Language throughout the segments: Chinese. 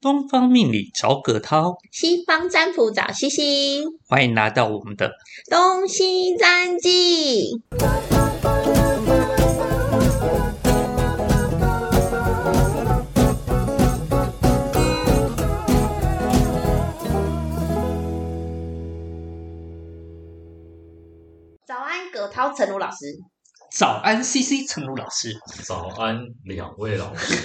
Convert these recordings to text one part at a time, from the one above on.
东方命理找葛涛，西方占卜找西西，欢迎来到我们的东西占记。早安，葛涛、陈如老师。早安 CC 陈如老师。早安，两位老师。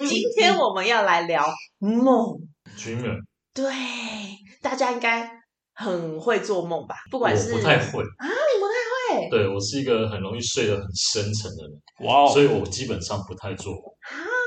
今天我们要来聊梦。军人，对，大家应该很会做梦吧？不我管是啊不太会，那你不太会对我是一个很容易睡得很深沉的人，哇哦，所以我基本上不太做梦。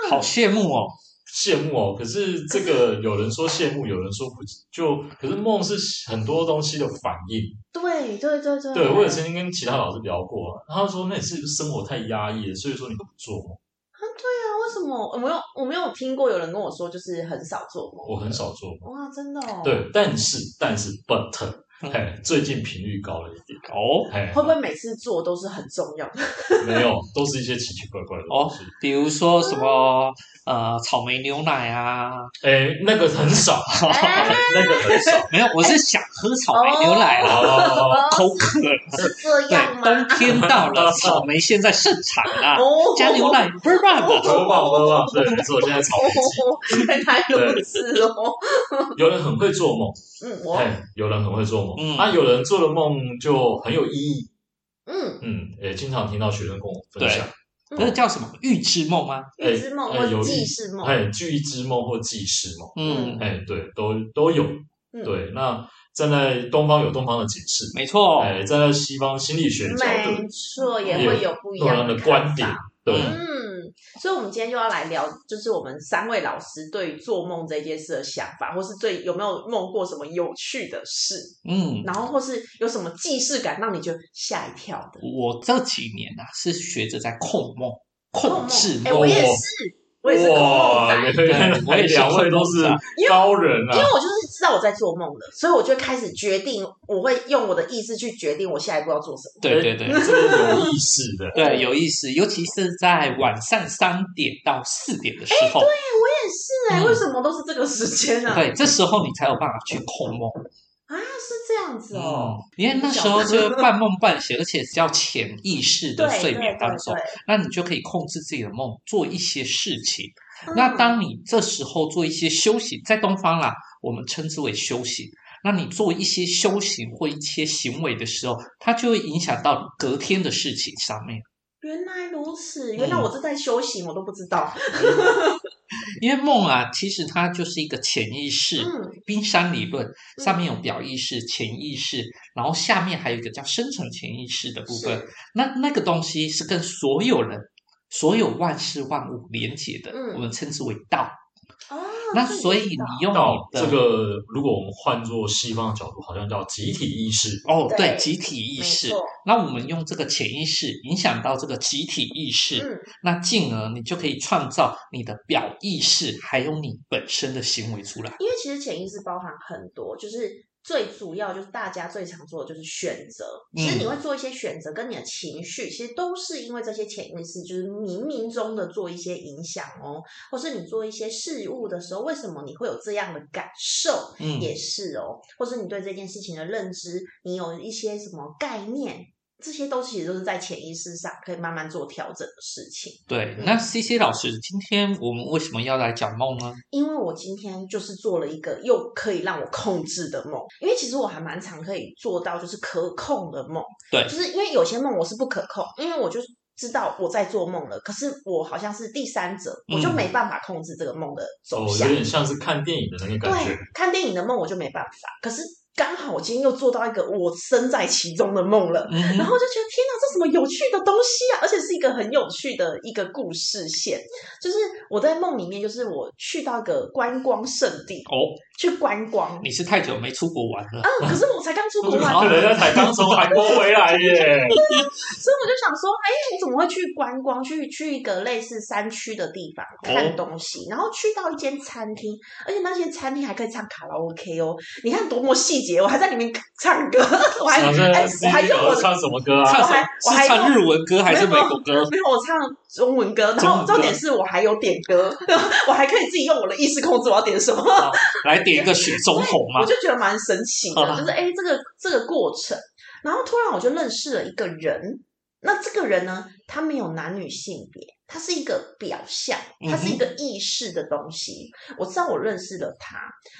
好羡慕哦！羡慕哦，可是这个有人说羡慕，有人说不就，可是梦是很多东西的反应。对对对对，对我也曾经跟其他老师聊过，啊他说那你是不是生活太压抑了，所以说你都不做梦。啊，对啊，为什么我没有我没有听过有人跟我说，就是很少做梦。我很少做梦，哇，真的哦。，对，但是但是 but，嗯嘿，最近频率高了一点，哦嘿，会不会每次做都是很重要的？没有，都是一些奇奇怪怪的东哦西。，比如说什么呃草莓牛奶啊，哎、那个很少， 哎那个很少。没有，我是想喝草莓牛奶啦，哦，口渴了。是这对样，吗？冬天到了，草莓现在盛产 啦，哦加牛奶不是办法。喝吧喝吧，对，没错，现在草莓季。哦，原来如此哦。有人很会做梦，嗯，我哎，有人很会做梦，嗯啊，有人做的梦就很有意义，嗯，嗯，也经常听到学生跟我分享，那个叫什么预知梦吗？预知梦哎或有记意事梦，哎，记忆之梦或记事梦，嗯，哎，对，都都有，嗯对，那站在东方有东方的解释，没错，哎，站在西方心理学的角没度，错，也会有不一有样人的看观点法。，对，嗯，所以，我们今天就要来聊，就是我们三位老师对于做梦这件事的想法，或是最有没有梦过什么有趣的事，嗯。然后或是有什么既视感让你觉得吓一跳的我这几年啊，是学着在控梦、控制哎、梦。我也是，我也是控梦哇，仔，原来我也是两位都是高人因啊为，我就是知道我在做梦的，所以我就开始决定，我会用我的意识去决定我下一步要做什么。对对对这是有意识的，嗯对，有意思，尤其是在晚上三点到四点的时候，但是嗯哎、为什么都是这个时哎间啊？对，这时候你才有办法去控梦。嗯啊，是这样子哦。因为那时候就是半梦半醒，而且是叫潜意识对的嗯睡对眠对当中，对那你就可以控制自己的梦，做一些事情。嗯那当你这时候做一些修行，在东方啦，我们称之为修行。那你做一些修行或一些行为的时候，它就会影响到隔天的事情上面。原来如嗯此，原来我是在修行，我都不知道。因为梦啊，其实它就是一个潜意识。嗯冰山理论上面有表意识、潜意识，然后下面还有一个叫深层潜意识的部分是。那那个东西是跟所有人、所有万事万物连接的，嗯我们称之为道。哦，那这个所以也知你道用到你这的个，如果我们换做西方的角度，好像叫集体意识。哦，对对，集体意没识错。那我们用这个潜意识影响到这个集体意识，嗯，那进而你就可以创造你的表意识，还有你本身的行为出来。因为其实潜意识包含很多，就是最主要就是大家最常做的就是选择。其实嗯你会做一些选择，跟你的情绪其实都是因为这些潜意识，就是冥冥中的做一些影响哦，或是你做一些事物的时候，为什么你会有这样的感受？嗯，也是哦，或是你对这件事情的认知，你有一些什么概念，这些都其实都是在潜意识上可以慢慢做调整的事情。对。嗯那 C C 老师，今天我们为什么要来讲梦呢？因为我今天就是做了一个又可以让我控制的梦，因为其实我还蛮常可以做到就是可控的梦，对就是因为有些梦我是不可控，因为我就知道我在做梦了，可是我好像是第三者，我就嗯没办法控制这个梦的走哦，向啊有。点像是看电影的那个感对觉。，看电影的梦我就没办法，可是刚好我今天又做到一个我身在其中的梦了。嗯哼然后我就觉得天哪，这什么有趣的东西啊！而且是一个很有趣的一个故事线，就是我在梦里面，就是我去到一个观光胜地哦，去观光，你是太久没出国玩了，嗯，可是我才刚 出国玩，可能才刚从韩国回来耶，所以我就想说，哎，我怎么会去观光？去去一个类似山区的地方看东西，然后去到一间餐厅，而且那间餐厅还可以唱卡拉 OK 哦，你看多么戏节，我还在里面唱歌，我 还然啊后哎在我还 CD 用我有的唱什么歌啊？唱什么？我还是唱日文歌还是美国歌？没有，我唱中文歌，然中文后歌重点是我还有点歌， 我还可以自己用我的意识控制我要点什么，好来点一个雪中红我嘛。就觉得蛮神奇 的，啊就是哎、诶这个这个过程，然后突然我就认识了一个人，那这个人呢，他没有男女性别，他是一个表象，他嗯是一个意识的东西。我知道我认识了他，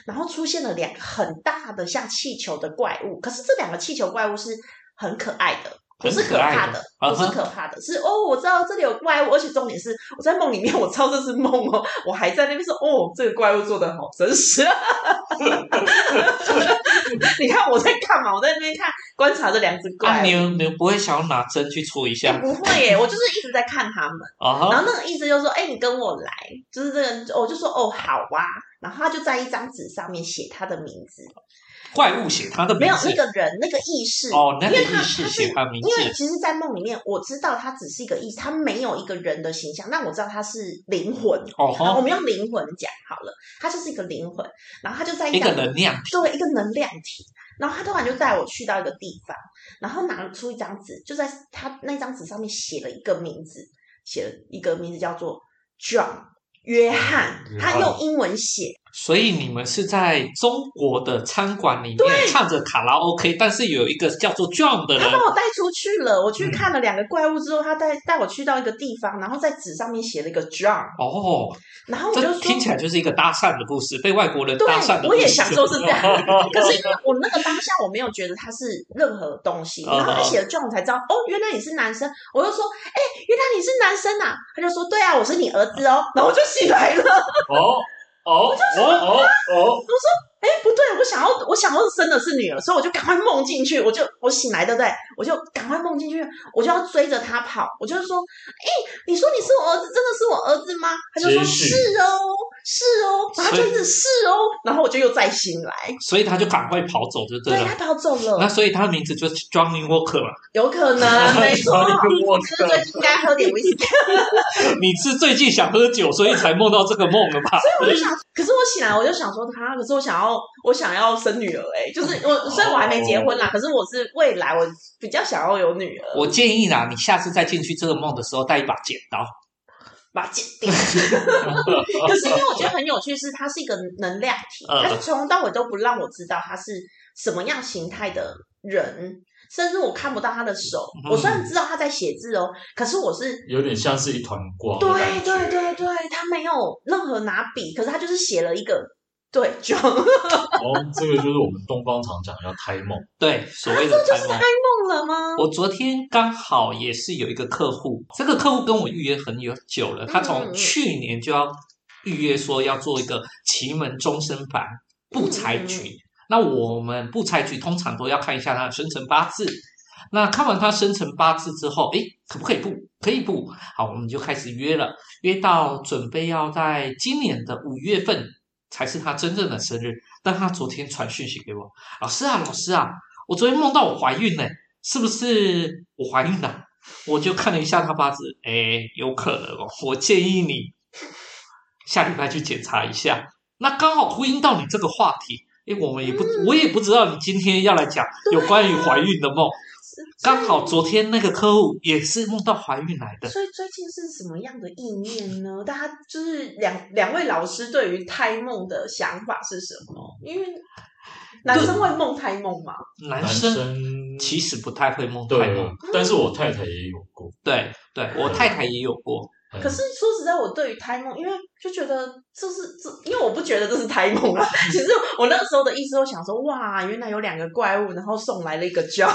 然后出现了两个很大的像气球的怪物，可是这两个气球怪物是很可爱的。不很是可可爱怕的的，啊不是哈可怕的，是哦，我知道这里有怪物，而且重点是我在梦里面，我知道这是梦哦，我还在那边说哦，这个怪物做的好真实， 你看我在干嘛？我在那边看观察这两只怪啊，你物。你不会想要拿针去戳一下不会耶，我就是一直在看他们，啊哈？然后那个意思就是说，哎、你跟我来，就是这个人，我就说哦，好啊，然后他就在一张纸上面写他的名字，怪物写他的没名有字那个人那个意识，哦，那因个为他意识他写是他的名因为字其实，在梦里面我知道他只是一个意识，他没有一个人的形象，但我知道他是灵魂，哦好，我吼，们用灵魂讲好了，他就是一个灵魂，然后他就在一张个能量体对，一个能量体。然后他突然就带我去到一个地方，然后拿出一张纸，就在他那张纸上面写了一个名字，写了一个名字叫做 John 约翰，嗯约他翰用英文写，所以你们是在中国的餐馆里面唱着卡拉 OK，但是有一个叫做 John 的他人把我带出去了。我去嗯看了两个怪物之后，他带带我去到一个地方，然后在纸上面写了一个 John，哦，然后我就这说，听起来就是一个搭讪的故事，被外国人搭讪的对，我故也事。想说是这样，可是因为我那个当下我没有觉得他是任何东西，然后他写了 John 我才知道，哦，原来你是男生，我就说，哎、原来你是男生啊，他就说，对啊，我是你儿子哦，然后我就醒来了，我哦哦哦哦 说，哎、不对，我想要我想要生的是女儿，所以我就赶快梦进去，我就我醒来，对不对？我就赶快梦进去，我就要追着他跑，我就说，哎、你说你是我儿子，真的是我儿子吗？他就说真是是哦，是哦，然后他就一直是哦，然后我就又再醒来，所以他就赶快跑走就对啊对了。他跑走了。那所以他的名字就是 Johnny Walker 嘛。有 可能，啊没错。我是不是最近应该喝点威士忌？你是最近想喝酒，所以才梦到这个梦的吧？我就想，可是我醒来我就想说他，可是我想要，我想要生女儿哎、就是哦我，虽然我还没结婚啦，可是我是未来我比较想要有女儿， 我建议啦，你下次再进去这个梦的时候带一把剪刀。把它剪 定。可是因为我觉得很有趣，是它是一个能量体，嗯它从头到尾都不让我知道他是什么样形态的人。甚至我看不到他的手，嗯我虽然知道他在写字哦，可是我是有点像是一团光。对对对对，他没有任何拿笔，可是他就是写了一个对 就然后哦这个就是我们东方常讲要胎梦，对，所谓的开梦。梦了吗？我昨天刚好也是有一个客户，这个客户跟我预约很有久了，他嗯嗯从去年就要预约说要做一个奇门终身版不拆嗯局。那我们不拆局通常都要看一下他的生辰八字。那看完他生辰八字之后，诶，可不可以不？可以不？好，我们就开始约了，约到准备要在今年的五月份才是他真正的生日。但他昨天传讯息给我，老师啊，老师啊，我昨天梦到我怀孕了、是不是我怀孕了？我就看了一下他八字，诶，有可能哦。我建议你下礼拜去检查一下。那刚好呼应到你这个话题，诶，我们也不，嗯我也不知道你今天要来讲有关于怀孕的梦。刚好昨天那个客户也是梦到怀孕来的，所以最近是什么样的意念呢？大家就是两两位老师对于胎梦的想法是什么？因为男生会梦胎梦吗？男男生生其实不太会梦到对梦。，但是我太太也有过。对对，我太太也有过，嗯可是说实在，我对于胎梦，因为就觉得这是这，因为我不觉得这是胎梦啊。 其实我那时候的意思，我想说，哇，原来有两个怪物，然后送来了一个 John。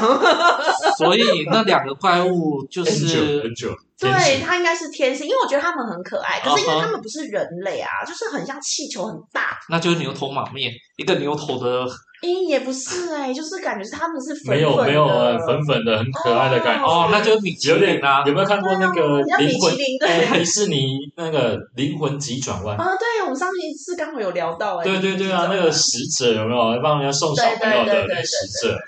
所以那两个怪物就很久是很久，天对，使它应该是天性，因为我觉得它们很可爱，可是因为它们不是人类啊，就是很像气球很大，那就是牛头马面，一个牛头的咦、也不是哎、就是感觉是它们是粉粉没有的没有呃粉粉的很可爱的感觉，哦，那就是米其有点林啊，有没有看过那个很像米灵其魂？林对。 哎，迪士尼那个灵魂急转弯。啊，对，我们上一次刚好有聊到哎、啊对对对啊，那个使者有没有帮人家送小朋对对对友的对对那个使者？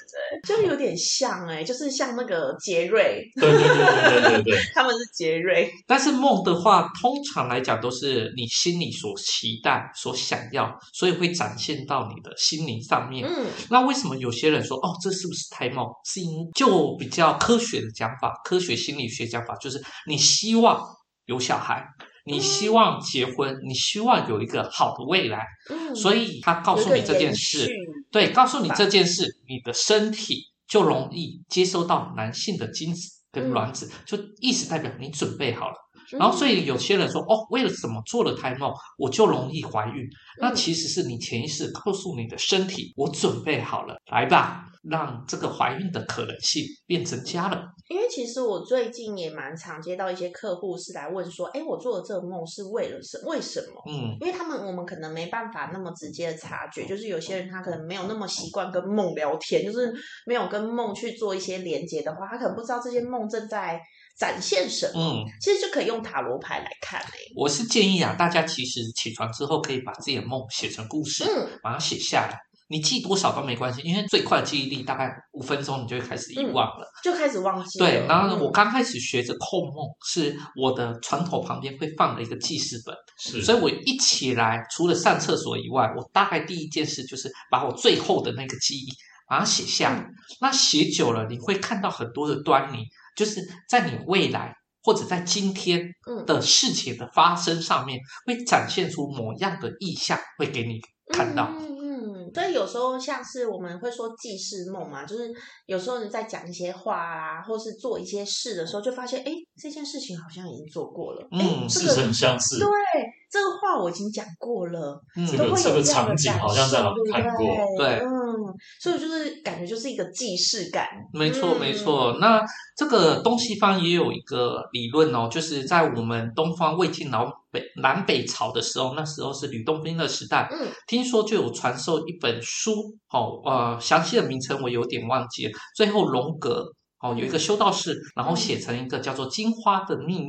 就有点像哎、就是像那个杰瑞，对对对对对对对，他们是杰瑞，但是梦的话，通常来讲都是你心里所期待、所想要，所以会展现到你的心灵上面。嗯，那为什么有些人说哦，这是不是胎梦？是因就比较科学的讲法，科学心理学讲法就是你希望有小孩，你希望结婚，你希望有一个好的未来，嗯所以他告诉你这件有一个事，延续对，告诉你这件事，你的身体就容易接收到男性的精子跟卵子，就意思代表你准备好了。嗯然后，所以有些人说，哦，为了什么做了胎梦，我就容易怀孕？那嗯其实是你潜意识告诉你的身体，我准备好了，来吧，让这个怀孕的可能性变成加了。因为其实我最近也蛮常接到一些客户是来问说，哎，我做的这个梦是为了什为什么？嗯，因为他们我们可能没办法那么直接的察觉，就是有些人他可能没有那么习惯跟梦聊天，就是没有跟梦去做一些连接的话，他可能不知道这些梦正在展现什么。嗯，其实就可以用塔罗牌来看诶、我是建议啊，大家其实起床之后可以把自己的梦写成故事，嗯把它写下来。你记多少都没关系，因为最快的记忆力大概五分钟，你就会开始遗忘了。就开始忘记了。对，然后嗯我刚开始学着控梦，是我的床头旁边会放了一个记事本。是，所以我一起来，除了上厕所以外，我大概第一件事就是把我最后的那个记忆把它写下来。嗯那写久了，你会看到很多的端倪，就是在你未来或者在今天嗯的事情的发生上面，会展现出某样的意象，会给你看到。嗯嗯，嗯对，有时候像是我们会说记事梦嘛，就是有时候你在讲一些话啊，或是做一些事的时候，就发现哎，诶这件事情好像已经做过了，哎、嗯这似个曾相识对，这个话我已经讲过了，嗯，这都个会有这个样的场景感好像在受哪里对不看过对嗯，所以就是感觉就是一个既视感，没错，嗯没错。那这个东西方也有一个理论哦，就是在我们东方魏晋南北南北朝的时候，那时候是吕洞宾的时代，嗯，听说就有传授一本书，哦，呃，详细的名称我有点忘记了。最后荣格哦嗯有一个修道士，然后写成一个叫做《金花的秘密》，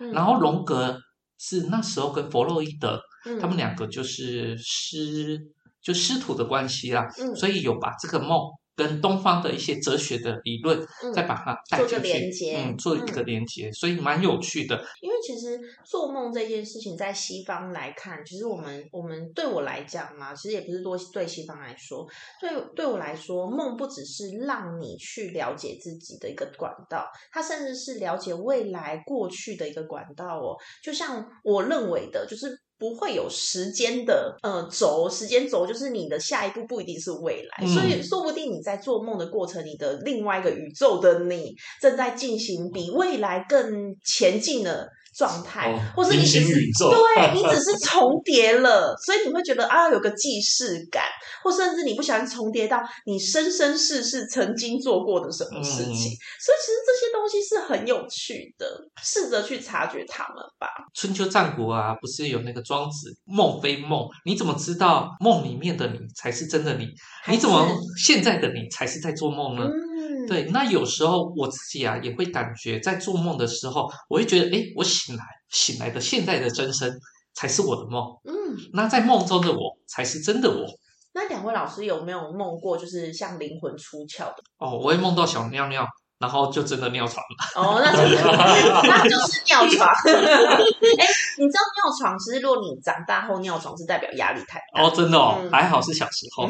嗯然后荣格是那时候跟弗洛伊德嗯他们两个就是师就师徒的关系啦，嗯所以有把这个梦跟东方的一些哲学的理论嗯再把它带做进个去，连接嗯，做一个连接，所以蛮有趣的。因为其实做梦这件事情，在西方来看，其实我们我们对我来讲嘛，其实也不是多对西方来说，对对我来说，梦不只是让你去了解自己的一个管道，它甚至是了解未来、过去的一个管道哦。就像我认为的，就是。不会有时间的呃轴，时间轴就是你的下一步不一定是未来，嗯所以说不定你在做梦的过程，你的另外一个宇宙的你正在进行比未来更前进的状态，哦或是你平只行是宇宙对你只是重叠了， 所以你会觉得啊有个既视感，或甚至你不小心重叠到你生生世世曾经做过的什么事情，所以其嗯实这些东西是很有趣的，试着去察觉它们吧。春秋战国啊，不是有那个庄子“梦非梦”？你怎么知道梦里面的你才是真的你？你怎么还是现在的你才是在做梦呢？嗯，对，那有时候我自己啊也会感觉，在做梦的时候，我会觉得，诶，我醒来，醒来的现在的真身才是我的梦，嗯，那在梦中的我才是真的我。那两位老师有没有梦过就是像灵魂出窍的？哦，我会梦到小尿尿，然后就真的尿床了。哦，那就是那就是尿床。 哎、你知道尿床，其实如果你长大后尿床是代表压力太大。哦，真的哦，嗯还好是小时候。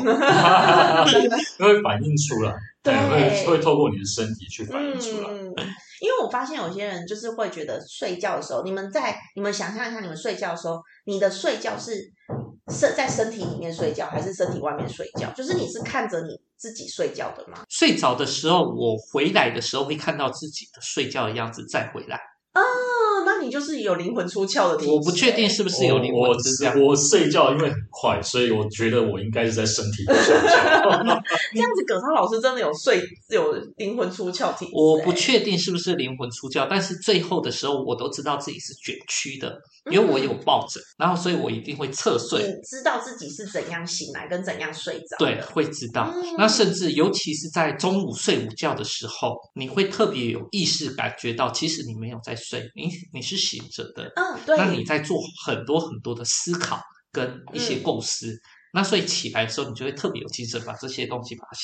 会反映出来，哎对会会透过你的身体去反映出来。嗯， 因为我发现有些人就是会觉得睡觉的时候，你们在你们想象一下，你们睡觉的时候，你的睡觉是身在身体里面睡觉，还是身体外面睡觉？就是你是看着你自己睡觉的吗？睡着的时候，我回来的时候会看到自己的睡觉的样子再回来。哦，那你就是有灵魂出窍的体质。欸我不确定是不是有灵哦我魂我是这样。我睡觉因为很快，所以我觉得我应该是在身体里睡觉。这样子，葛超老师真的有睡有灵魂出窍体质、我不欸确定是不是灵魂出窍，但是最后的时候我都知道自己是卷曲的，因为嗯我有抱枕，然后所以我一定会侧睡，你知道自己是怎样醒来跟怎样睡着。对，会知道。嗯那甚至尤其是在中午睡午觉的时候，你会特别有意识感觉到，其实你没有在睡，你你是醒着的，嗯，那你对，嗯在做很多很多的思考跟一些构思。那所以起来的时候，你就会特别有精神，把这些东西把它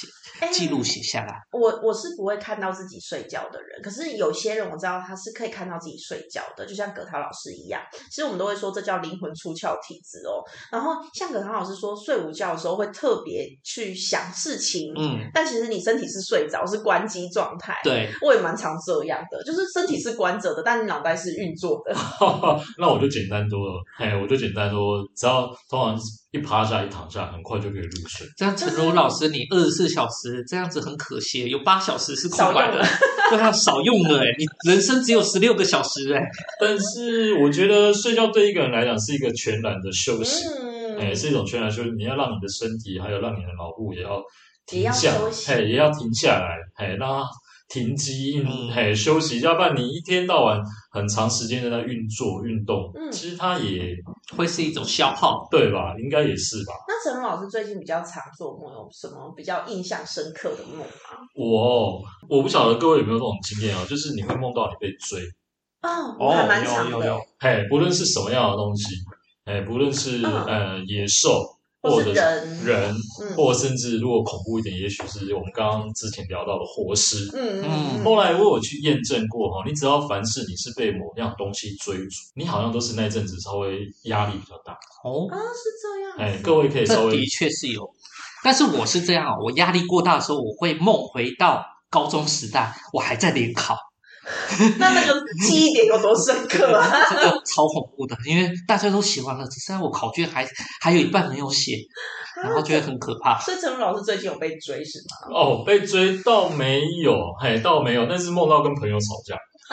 写记录写下来。哎我我是不会看到自己睡觉的人，可是有些人我知道他是可以看到自己睡觉的，就像葛涛老师一样。其实我们都会说这叫灵魂出窍体质哦。然后像葛涛老师说，睡午觉的时候会特别去想事情，嗯，但其实你身体是睡着，是关机状态。对，我也蛮常这样的，就是身体是关着的，但你脑袋是运作 的。 那我就简单多了，哎，我就简单多，只要通常一趴下一躺下，很快就可以入睡。这样陈如老师，你二十四小时这样子很可惜，有八小时是空少白用的， 对啊，少用了哎，你人生只有十六个小时哎，但是我觉得睡觉对一个人来讲是一个全然的休息，嗯，哎，是一种全然休息。你要让你的身体，还有让你的脑部也要也停要下休，息哎，也要停下来，哎，让它停机嗯，哎，休息，要不然你一天到晚很长时间的在运作运动，嗯其实它也会是一种消耗。对吧？应该也是吧。那陈龙老师最近比较常做梦，有什么比较印象深刻的梦吗？我哦我不晓得各位有没有这种经验啊，就是你会梦到你被追。哦，哦我还蛮常的，嘿，哎不论是什么样的东西，哎，不论是、嗯呃野兽，或或是者人人，嗯或甚至如果恐怖一点，也许是我们刚刚之前聊到的活尸。嗯嗯后来我有去验证过哈，你只要凡是你是被某样东西追逐，你好像都是那一阵子稍微压力比较大。哦，啊，是这样，哎，各位可以稍这微的确是有，但是我是这样哦，我压力过大的时候，我会梦回到高中时代，我还在联 考，那那个记忆点有多深刻啊？ 这个超恐怖的，因为大家都写完了，只剩下我考卷还还有一半没有写，然后觉得很可怕。所以陈龙老师最近有被追是吗？哦被追倒没有，嘿，倒没有，但是梦到跟朋友吵架。啊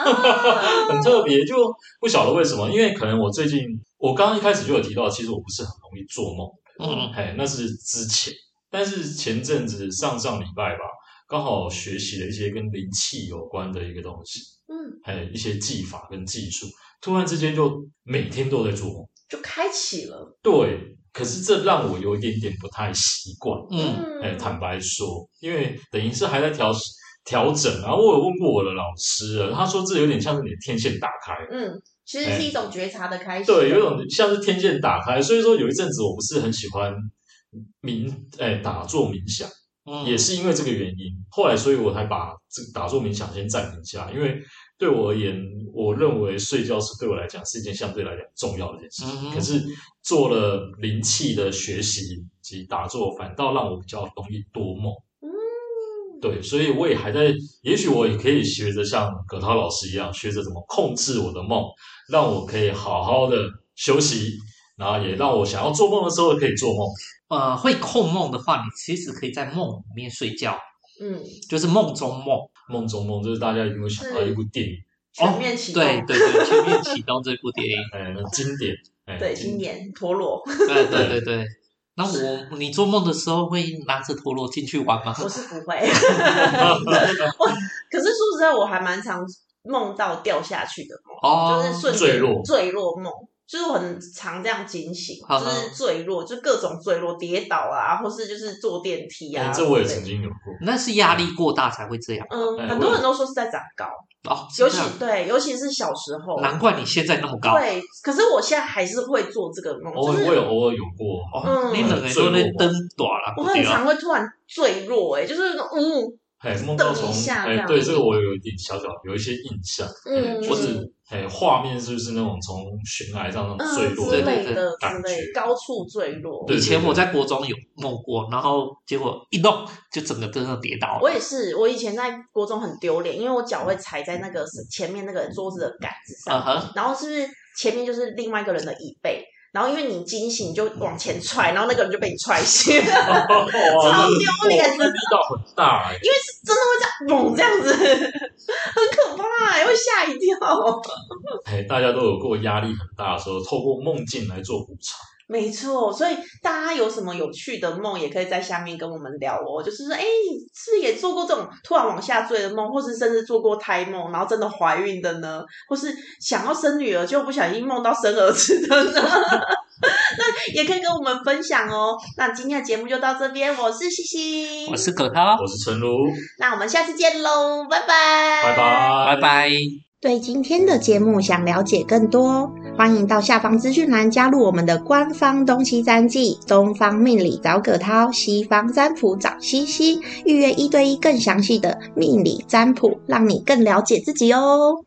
很特别，就不晓得为什么，因为可能我最近，我刚刚一开始就有提到，其实我不是很容易做梦，嗯，嘿，哎那是之前，但是前阵子上上礼拜吧，刚好学习了一些跟灵气有关的一个东西，嗯，还有一些技法跟技术，突然之间就每天都在做梦，就开启了，对，可是这让我有一点点不太习惯，嗯，哎，嗯，坦白说，因为等于是还在调调整啊，然后我有问过我的老师了，他说这有点像是你的天线打开了。嗯，其实是一种觉察的开始，对，有一种像是天线打开，所以说有一阵子我不是很喜欢冥，哎，打坐冥想，嗯也是因为这个原因。后来，所以我才把这个打坐冥想先暂停下，因为对我而言，我认为睡觉是对我来讲是一件相对来讲重要的一件事情。嗯哼可是做了灵气的学习及打坐，反倒让我比较容易多梦。对，所以我也还在，也许我也可以学着像葛涛老师一样，学着怎么控制我的梦，让我可以好好的休息，然后也让我想要做梦的时候可以做梦。呃，会控梦的话，你其实可以在梦里面睡觉，嗯，就是梦中梦。梦中梦，这是大家一定会想到一部电影，全面启动，对对 对，全面启动这部电影。哎，经典，哎，对，经今年陀螺，对对对对。那我你做梦的时候会拿着陀螺进去玩吗？我是不会。 我可是说实在，我还蛮常梦到掉下去的梦，哦，就是瞬间坠落坠落梦，就是我很常这样惊醒，嗯就嗯是坠落，就各种坠落、跌倒啊，或是就是坐电梯哎啊，这我也之类曾的。经有过，那是压力过大才会这样嗯，哎很我多也人都说是在长高，哦。尤是其这样对，尤其是小时候。难怪你现在那么高对，可是我现在还是会做这个梦，偶哦就是尔哦我有偶尔有过，哦，嗯你两个都在灯短了，不我很对啊。常会突然坠落、哎，就是那种嗯哎，梦到从动一下这哎，样对这个我有一点小小有一些印象，哎嗯，或者哎画面是不是那种从悬崖上那种坠嗯落对之的对 类的之感类，觉高处坠落。对以前我在国中有梦过，然后结果一弄就整个跟着跌倒了。我也是，我以前在国中很丢脸，因为我脚会踩在那个是前面那个桌子的杆子嗯上，哼，然后是不是前面就是另外一个人的椅背，然后因为你惊醒你就往前踹，然后那个人就被你踹醒， 因为超超丢脸的力道很大哎。是真的会这样嘣这样子，很可怕、欸会吓一跳。哎，大家都有过压力很大的时候，透过梦境来做补偿。没错，所以大家有什么有趣的梦，也可以在下面跟我们聊哦。就是说，哎，你是不是也做过这种突然往下坠的梦，或是甚至做过胎梦，然后真的怀孕的呢？或是想要生女儿，就不小心梦到生儿子的呢？ 那也可以跟我们分享哦。那今天的节目就到这边，我是西西我，哦是葛涛，我是陈如，那我们下次见喽，拜拜，拜拜。拜拜。对今天的节目想了解更多，哦欢迎到下方资讯栏加入我们的官方东西占记，东方命理找葛涛，西方占卜找西西，预约一对一更详细的命理占卜，让你更了解自己哦。